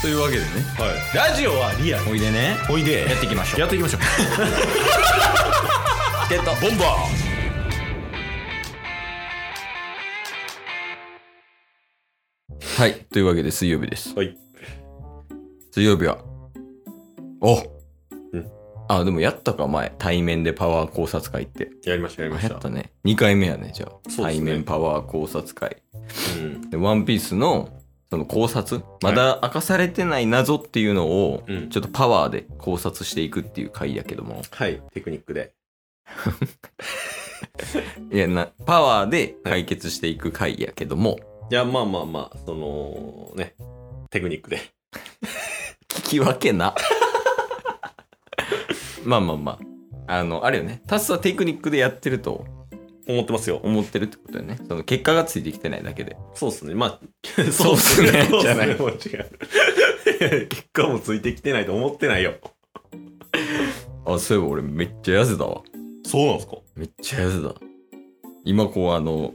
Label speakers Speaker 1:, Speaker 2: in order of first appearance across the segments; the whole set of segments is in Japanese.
Speaker 1: というわけでね
Speaker 2: はい、ラジオはリアル
Speaker 1: おいでね
Speaker 2: おいで
Speaker 1: やっていきましょう
Speaker 2: やっていきましょう
Speaker 1: ゲット
Speaker 2: ボンバ
Speaker 1: はいというわけで水曜日です
Speaker 2: ーはい
Speaker 1: 水曜日はお
Speaker 2: うん
Speaker 1: あでもやったか前対面でパワー考察会って
Speaker 2: やりましたやりまし
Speaker 1: や
Speaker 2: た
Speaker 1: ったね2回目やねじゃあ、
Speaker 2: そうですね
Speaker 1: 対面パワー考察会
Speaker 2: うん
Speaker 1: でワンピースのその考察まだ明かされてない謎っていうのを
Speaker 2: うん
Speaker 1: ちょっとパワーで考察していくっていう回やけども
Speaker 2: はいテクニックで
Speaker 1: いやなパワーで解決していく回やけども、
Speaker 2: いやまあまあまあそのねテクニックで
Speaker 1: 聞き分けな まあまあまああのあれよねタスはテクニックでやってると
Speaker 2: 思ってますよ
Speaker 1: 思ってるってことよねその結果がついてきてないだけで
Speaker 2: そうっすねまあ
Speaker 1: そうっすね
Speaker 2: そうっすね
Speaker 1: じゃない
Speaker 2: もう違う結果もついてきてないと思ってないよ
Speaker 1: あそういえば俺めっちゃ痩せたわ
Speaker 2: そうなんですか
Speaker 1: めっちゃ痩せた今こうあの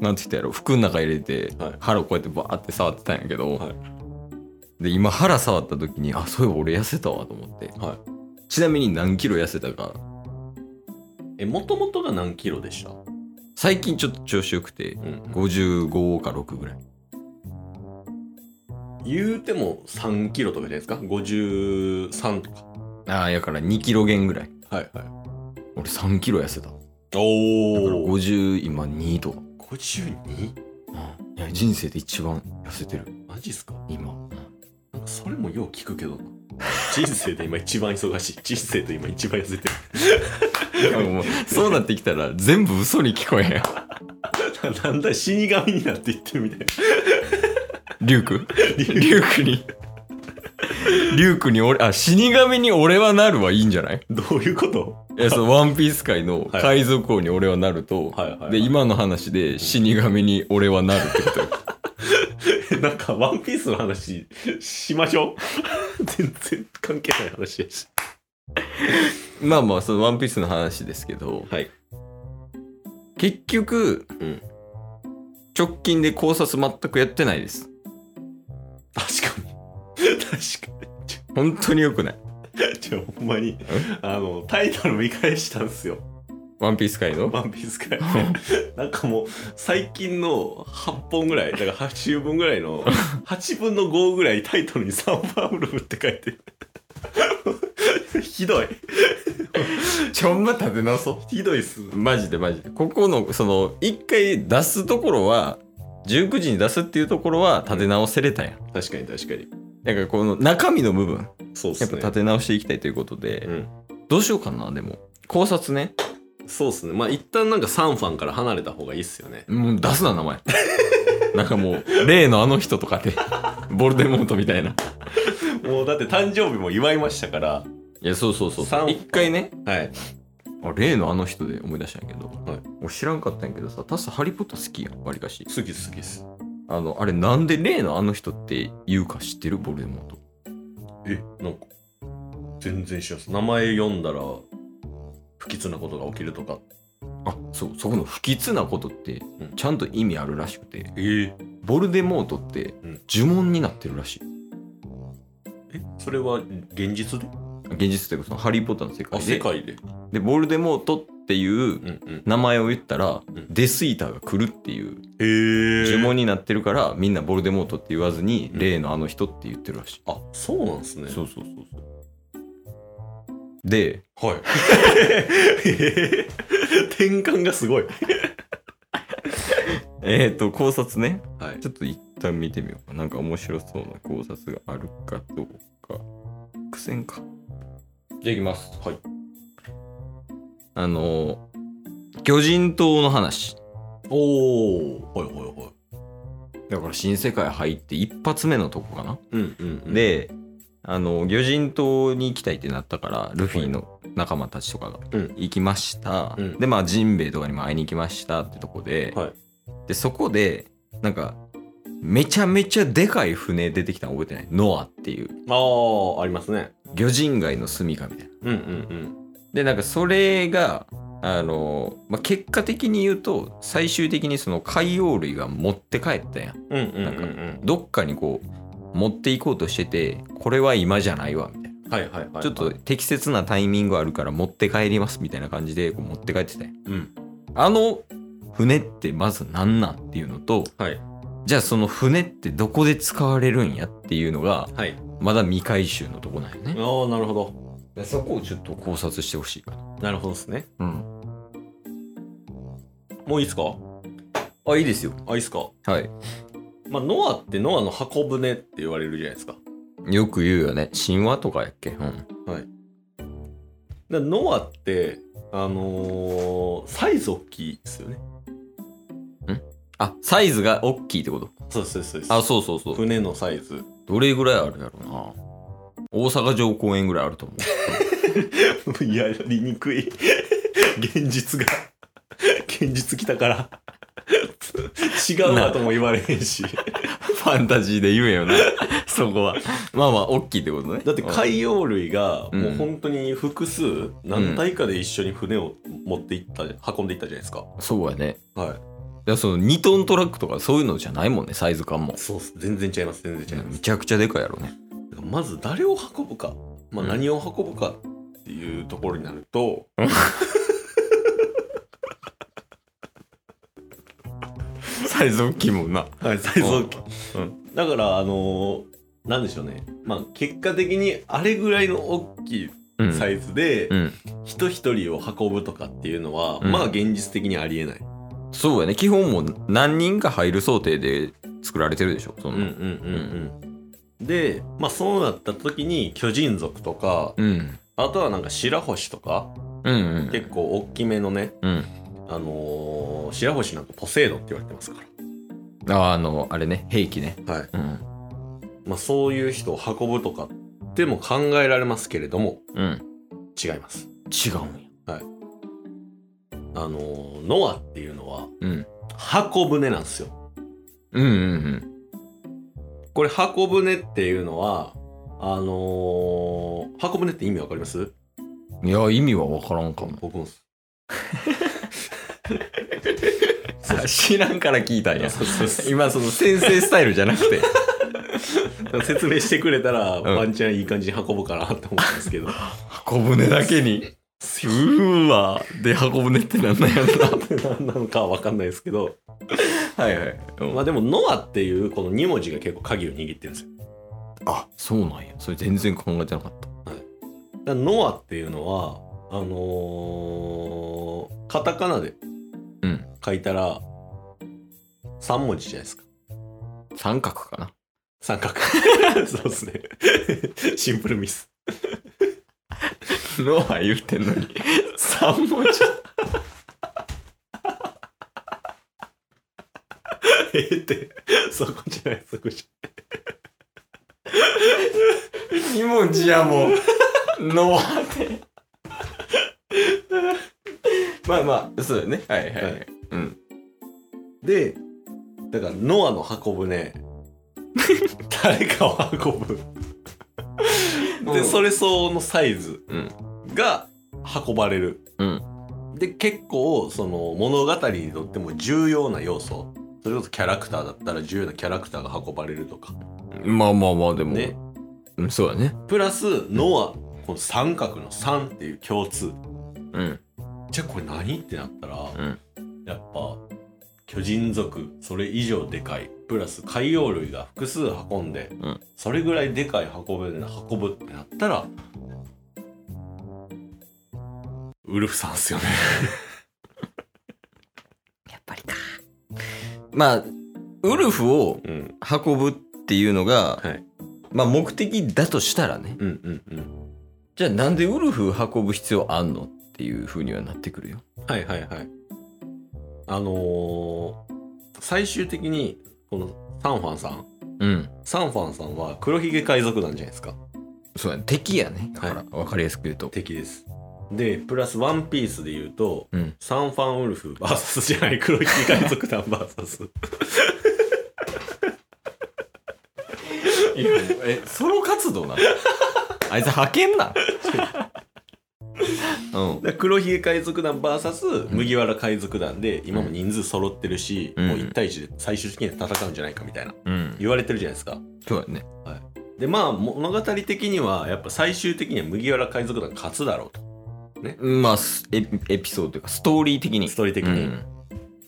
Speaker 1: なんて言ったやろ服の中入れて、
Speaker 2: はい
Speaker 1: 腹をこうやってバーって触ってたんやけど、
Speaker 2: はい
Speaker 1: で今腹触った時にあそういえば俺痩せたわと思って、
Speaker 2: は
Speaker 1: ちなみに何キロ痩せたか
Speaker 2: えもともとが何キロでした
Speaker 1: 最近ちょっと調子よくて
Speaker 2: うん
Speaker 1: 55か6ぐらい
Speaker 2: 言うても3キロとかじゃないですか53とか
Speaker 1: ああやから2キロ減ぐらい
Speaker 2: はいは
Speaker 1: 俺3キロ痩せただか
Speaker 2: い
Speaker 1: ら
Speaker 2: おお
Speaker 1: 50今2とか、
Speaker 2: 52?
Speaker 1: いや人生で一番痩せてる
Speaker 2: マジっすか
Speaker 1: 今、
Speaker 2: なんかそれもよう聞くけどな人生で今一番忙しい人生で今一番痩せて
Speaker 1: いやもうそうなってきたら全部嘘に聞こえへん
Speaker 2: るなんだ死神になっていってるみたいな
Speaker 1: リュウクリュウクに。リュウクに俺、あ、死神に俺はなるはいいんじゃない
Speaker 2: どういうこと
Speaker 1: いや、そのワンピース界の
Speaker 2: はい
Speaker 1: 海賊王に俺はなると、
Speaker 2: はいはいはい
Speaker 1: で、今の話で死神に俺はなるってことよ
Speaker 2: なんかワンピースの話しましょう全然関係ない話やし
Speaker 1: まあまあ、そのワンピースの話ですけど、
Speaker 2: はい
Speaker 1: 結局、
Speaker 2: うん
Speaker 1: 直近で考察全くやってないです。
Speaker 2: 確かに確かにち
Speaker 1: 本当に良くない。
Speaker 2: ょちょほんまにあのタイトル見返したんすよ
Speaker 1: ワンピース界の
Speaker 2: ワンピース界 なんかもう最近の8本ぐらいだから8週分ぐらい の8分の5ぐらいタイトルに「サンバブルブ」って書いてるひどい
Speaker 1: ちょんま立て直そう。
Speaker 2: ひどいっす
Speaker 1: マジでマジで。ここの、その、一回出すところは、19時に出すっていうところは立て直せれたやん。
Speaker 2: 確かに確かに
Speaker 1: だからこの中身の部分、
Speaker 2: そうっす
Speaker 1: やっ
Speaker 2: ね
Speaker 1: ぱ立て直していきたいということで、
Speaker 2: うん
Speaker 1: どうしようかな、でも。考察ね。
Speaker 2: そうっすねまあ一旦なんかサンファンから離れた方がいいっすよね
Speaker 1: もう出すな、名前。 なんかもう、例のあの人とかで、ボルデモートみたいな。
Speaker 2: もうだって誕生日も祝いましたから
Speaker 1: いや、そうそうそう
Speaker 2: さ。ん
Speaker 1: 一回ね、
Speaker 2: はい
Speaker 1: あ例のあの人で思い出したんやけど、
Speaker 2: はい
Speaker 1: 俺知らんかったんやけどさ、タスハリーポッター好きやん、わりかし。
Speaker 2: 好き好きっす
Speaker 1: あの、あれなんで例のあの人って言うか知ってるボルデモート。
Speaker 2: えなんか全然知らんっす名前読んだら不吉なことが起きるとか
Speaker 1: あそうそこの不吉なことって
Speaker 2: うん
Speaker 1: ちゃんと意味あるらしくて、
Speaker 2: ええ
Speaker 1: ボルデモートって
Speaker 2: うん
Speaker 1: 呪文になってるらしい
Speaker 2: えそれは現実で
Speaker 1: 現実というかそのハリー・ポッターの世界で
Speaker 2: 界で
Speaker 1: でボルデモートっていう
Speaker 2: うんうん
Speaker 1: 名前を言ったら、
Speaker 2: ん
Speaker 1: デスイーターが来るっていう
Speaker 2: へえ
Speaker 1: 呪文になってるから、みんなボルデモートって言わずに、
Speaker 2: うん
Speaker 1: 例のあの人って言ってるらしい
Speaker 2: あそうなんですね
Speaker 1: そうそうそうそうで
Speaker 2: はい 転換がすごい
Speaker 1: えっ、と考察ね
Speaker 2: はい
Speaker 1: ちょっと一旦見てみようかなんか面白そうな考察があるかどうか苦戦か
Speaker 2: じゃあいきますはい
Speaker 1: あのー魚人島の話
Speaker 2: おおはいはいはい
Speaker 1: だから新世界入って一発目のとこかな、
Speaker 2: うんうん、うん、
Speaker 1: であの魚人島に行きたいってなったからルフィの仲間たちとかが
Speaker 2: うん
Speaker 1: 行きました、
Speaker 2: うん
Speaker 1: でまあジンベエとかにも会いに行きましたってとこで、
Speaker 2: はい
Speaker 1: でそこでなんかめちゃめちゃでかい船出てきたの覚えてないノアっていう
Speaker 2: ああありますね
Speaker 1: 魚人街の住みかみたいな
Speaker 2: うんうん
Speaker 1: でなんかそれがあの、まあ、結果的に言うと最終的にその海洋類が持って帰ったやん
Speaker 2: うんうんうんうん
Speaker 1: どっかにこう持っていこうとしててこれは今じゃないわみたいな
Speaker 2: はいはいはい
Speaker 1: ちょっと適切なタイミングあるから持って帰りますみたいな感じでこう持って帰ってたんよ
Speaker 2: うん
Speaker 1: あの船ってまず何なんっていうのと
Speaker 2: はい
Speaker 1: じゃあその船ってどこで使われるんやっていうのが
Speaker 2: はい
Speaker 1: まだ未回収のとこなんよね
Speaker 2: ああなるほど
Speaker 1: そこをちょっと考察してほしいかな
Speaker 2: なるほどですね
Speaker 1: うん
Speaker 2: もういいっすか
Speaker 1: あいいですよ
Speaker 2: あいいっすか
Speaker 1: はい
Speaker 2: まあノアってノアの箱舟って言われるじゃないですかだか
Speaker 1: よく言うよね神話とかやっけうん
Speaker 2: らノアってあのー、サイズ大きいですよね
Speaker 1: あサイズが大きいってこと
Speaker 2: そうですそうですそうです
Speaker 1: あそうそうそう
Speaker 2: 船のサイズ
Speaker 1: どれぐらいあるやろうな大阪城公園ぐらいあると思
Speaker 2: やりにくい現実が現実来たから違うわとも言われへんし
Speaker 1: うファンタジーで言えよな そこはまあまあ大きいってことね
Speaker 2: だって海洋類が
Speaker 1: うん
Speaker 2: もう本当に複数何体かで一緒に船を持っていった、運んでいったじゃないですか
Speaker 1: うんそうやね
Speaker 2: はい
Speaker 1: やその2トントラックとかそういうのじゃないもんねサイズ感も
Speaker 2: いそうっす全然違います全然違いま
Speaker 1: め
Speaker 2: す、
Speaker 1: ちゃくちゃでかいやろね
Speaker 2: まず誰を運ぶか、まあ、
Speaker 1: うん
Speaker 2: 何を運ぶかっていうところになると、
Speaker 1: サイズ大きいもんな
Speaker 2: はいサイズ大きい、
Speaker 1: うんう
Speaker 2: だからあのーなんでしょうねまあ結果的にあれぐらいの大きい
Speaker 1: うん
Speaker 2: サイズで
Speaker 1: うん
Speaker 2: 人一人を運ぶとかっていうのは、
Speaker 1: うん
Speaker 2: まあ現実的にありえない、
Speaker 1: そうやね基本もう何人が入る想定で作られてるでしょその
Speaker 2: うんでまあそうなった時に巨人族とか
Speaker 1: うん
Speaker 2: あとはなんか白星とか
Speaker 1: うんうん
Speaker 2: 結構大きめのね、
Speaker 1: うん
Speaker 2: あのー白星なんかポセイドンって言われてますか
Speaker 1: ああのあれね兵器ね
Speaker 2: ら、はい
Speaker 1: うん
Speaker 2: まあ、そういう人を運ぶとかでも考えられますけれども
Speaker 1: うん
Speaker 2: 違います
Speaker 1: 違うんや
Speaker 2: あのーノアっていうのは
Speaker 1: うん
Speaker 2: 箱舟なんですよ
Speaker 1: うんうん
Speaker 2: これ箱舟っていうのはあのー箱舟って意味わかります
Speaker 1: うんいや意味は分からんかも
Speaker 2: 僕もです
Speaker 1: 知らんから聞いたんや
Speaker 2: そうそう そう
Speaker 1: 今その先生スタイルじゃなくて
Speaker 2: 説明してくれたら、
Speaker 1: ん
Speaker 2: ワンチャンいい感じに運ぶ かなって思ったんですけど。
Speaker 1: 箱舟だけにうーわで箱舟ってなんなんやろな
Speaker 2: 何なのかは分かんないですけど。
Speaker 1: はいはい、
Speaker 2: まあでも、ノアっていうこの2文字が結構鍵を握ってるんですよ。
Speaker 1: あそうなんやそれ全然考えてなかった
Speaker 2: だからノアっていうのは、あのーカタカナで
Speaker 1: うん
Speaker 2: 書いたら、3文字じゃないですか。
Speaker 1: 三角かな
Speaker 2: 三 角。そうですね。シンプルミス。
Speaker 1: ノア言ってんのに三文字
Speaker 2: えーって、そこじゃない、そこじ
Speaker 1: 二文字やもんノアってまあまあそうだねはいはい、
Speaker 2: はい
Speaker 1: うん
Speaker 2: ゃで、だから、ノアの箱 舟、誰かを運ぶ。で、そ
Speaker 1: れ
Speaker 2: れ相応のサイズ
Speaker 1: うん
Speaker 2: が運ばれる。
Speaker 1: うん
Speaker 2: で、結構、その物語にとっても重要な要素。それこそキャラクターだったら重要なキャラクターが運ばれるとか。
Speaker 1: まあまあまあでも、
Speaker 2: ね。
Speaker 1: うん、そうだね
Speaker 2: プラス、ノア、この三角の3っていう共通。
Speaker 1: うん
Speaker 2: じゃあこれ何ってなったら、
Speaker 1: ん
Speaker 2: やっぱ、巨人族、それ以上でかい。プラス海洋類が複数運んで、
Speaker 1: ん
Speaker 2: それぐらいでかい運ぶ運ぶってなったら、ウルフさんっすよね。
Speaker 1: やっぱりかまあウルフを
Speaker 2: うん、
Speaker 1: 運ぶっていうのが、
Speaker 2: はい
Speaker 1: まあ目的だとしたらね
Speaker 2: うん、うん、うん。
Speaker 1: じゃあなんでウルフ運ぶ必要あんのっていうふうにはなってくるよ
Speaker 2: はい、はい、はい。あのー最終的に、このサンファンさん、
Speaker 1: うん
Speaker 2: サンファンさんは黒ひげ海賊団じゃないですか。
Speaker 1: そうやね敵やねだから、
Speaker 2: は
Speaker 1: 分かりやすく言うと
Speaker 2: 敵です。で、プラスワンピースで言うと、
Speaker 1: うん
Speaker 2: サンファンウルフ VS じゃない黒ひげ海賊団 VS
Speaker 1: いやえソロ活動なのあいつ派遣な うん
Speaker 2: だから黒ひげ海賊団 VS 麦わら海賊団で今も人数揃ってるし、
Speaker 1: うん
Speaker 2: もう1対1で最終的には戦うんじゃないかみたいな
Speaker 1: うん
Speaker 2: 言われてるじゃないですか
Speaker 1: そうだね
Speaker 2: でまあ物語的にはやっぱ最終的には麦わら海賊団勝つだろうと
Speaker 1: まあスエピエピソードというかストーリー的に
Speaker 2: ストーリー的に、
Speaker 1: う
Speaker 2: っ
Speaker 1: ん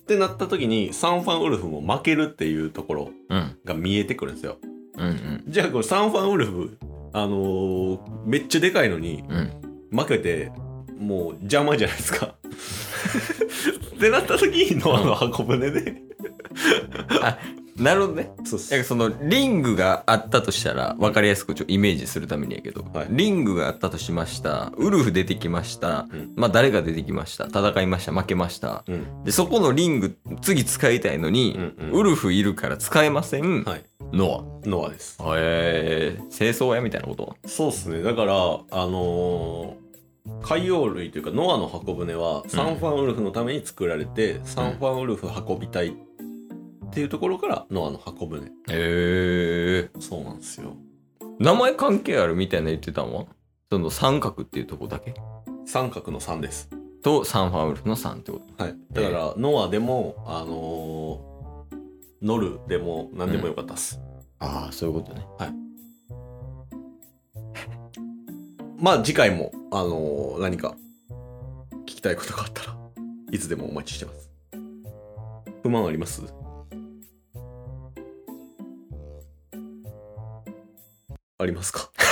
Speaker 2: てなった時にサンファンウルフも負けるっていうところ
Speaker 1: うん
Speaker 2: が見えてくるんですよ
Speaker 1: うんうん
Speaker 2: じゃあこれサンファンウルフあのーめっちゃでかいのに
Speaker 1: うん
Speaker 2: 負けてもう邪魔じゃないです かってなった時のあの箱舟で、
Speaker 1: なるほどね
Speaker 2: そ
Speaker 1: なん
Speaker 2: うっす
Speaker 1: かそのリングがあったとしたら分かりやすくちょっとイメージするためにやけど、
Speaker 2: はい
Speaker 1: リングがあったとしましたウルフ出てきました、
Speaker 2: うん
Speaker 1: まあ誰が出てきました戦いました負けました
Speaker 2: うん
Speaker 1: でそこのリング次使いたいのに、
Speaker 2: うんうん
Speaker 1: ウルフいるから使えません、
Speaker 2: はい
Speaker 1: ノ
Speaker 2: ノアです
Speaker 1: アへえ清掃屋みたいなこと
Speaker 2: そうっすねだからあのー海洋類というかノアの箱舟はサンファンウルフのために作られて、サンファンウルフ運び隊っていうところからノアの箱舟
Speaker 1: へえ
Speaker 2: そうなんですよ
Speaker 1: 名前関係あるみたいな言ってたんはその三角っていうとこだけ
Speaker 2: 三角の3です
Speaker 1: とサンファンウルフの3ってこと
Speaker 2: はい、だからノアでも、あのーノルでも何でもよかったっす、
Speaker 1: ああそういうことね
Speaker 2: まあ次回も、あのー何か聞きたいことがあったらいつでもお待ちしてます不満ありますありますか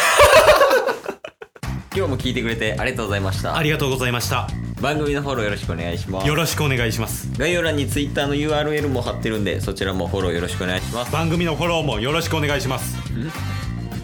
Speaker 1: 今日も聞いてくれてありがとうございました
Speaker 3: ありがとうございました
Speaker 1: 番組のフォローよろしくお願いします
Speaker 3: よろしくお願いします
Speaker 1: 概要欄に Twitter の URL も貼ってるんでそちらもフォローよろしくお願いします
Speaker 3: 番組のフォローもよろしくお願いします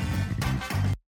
Speaker 3: す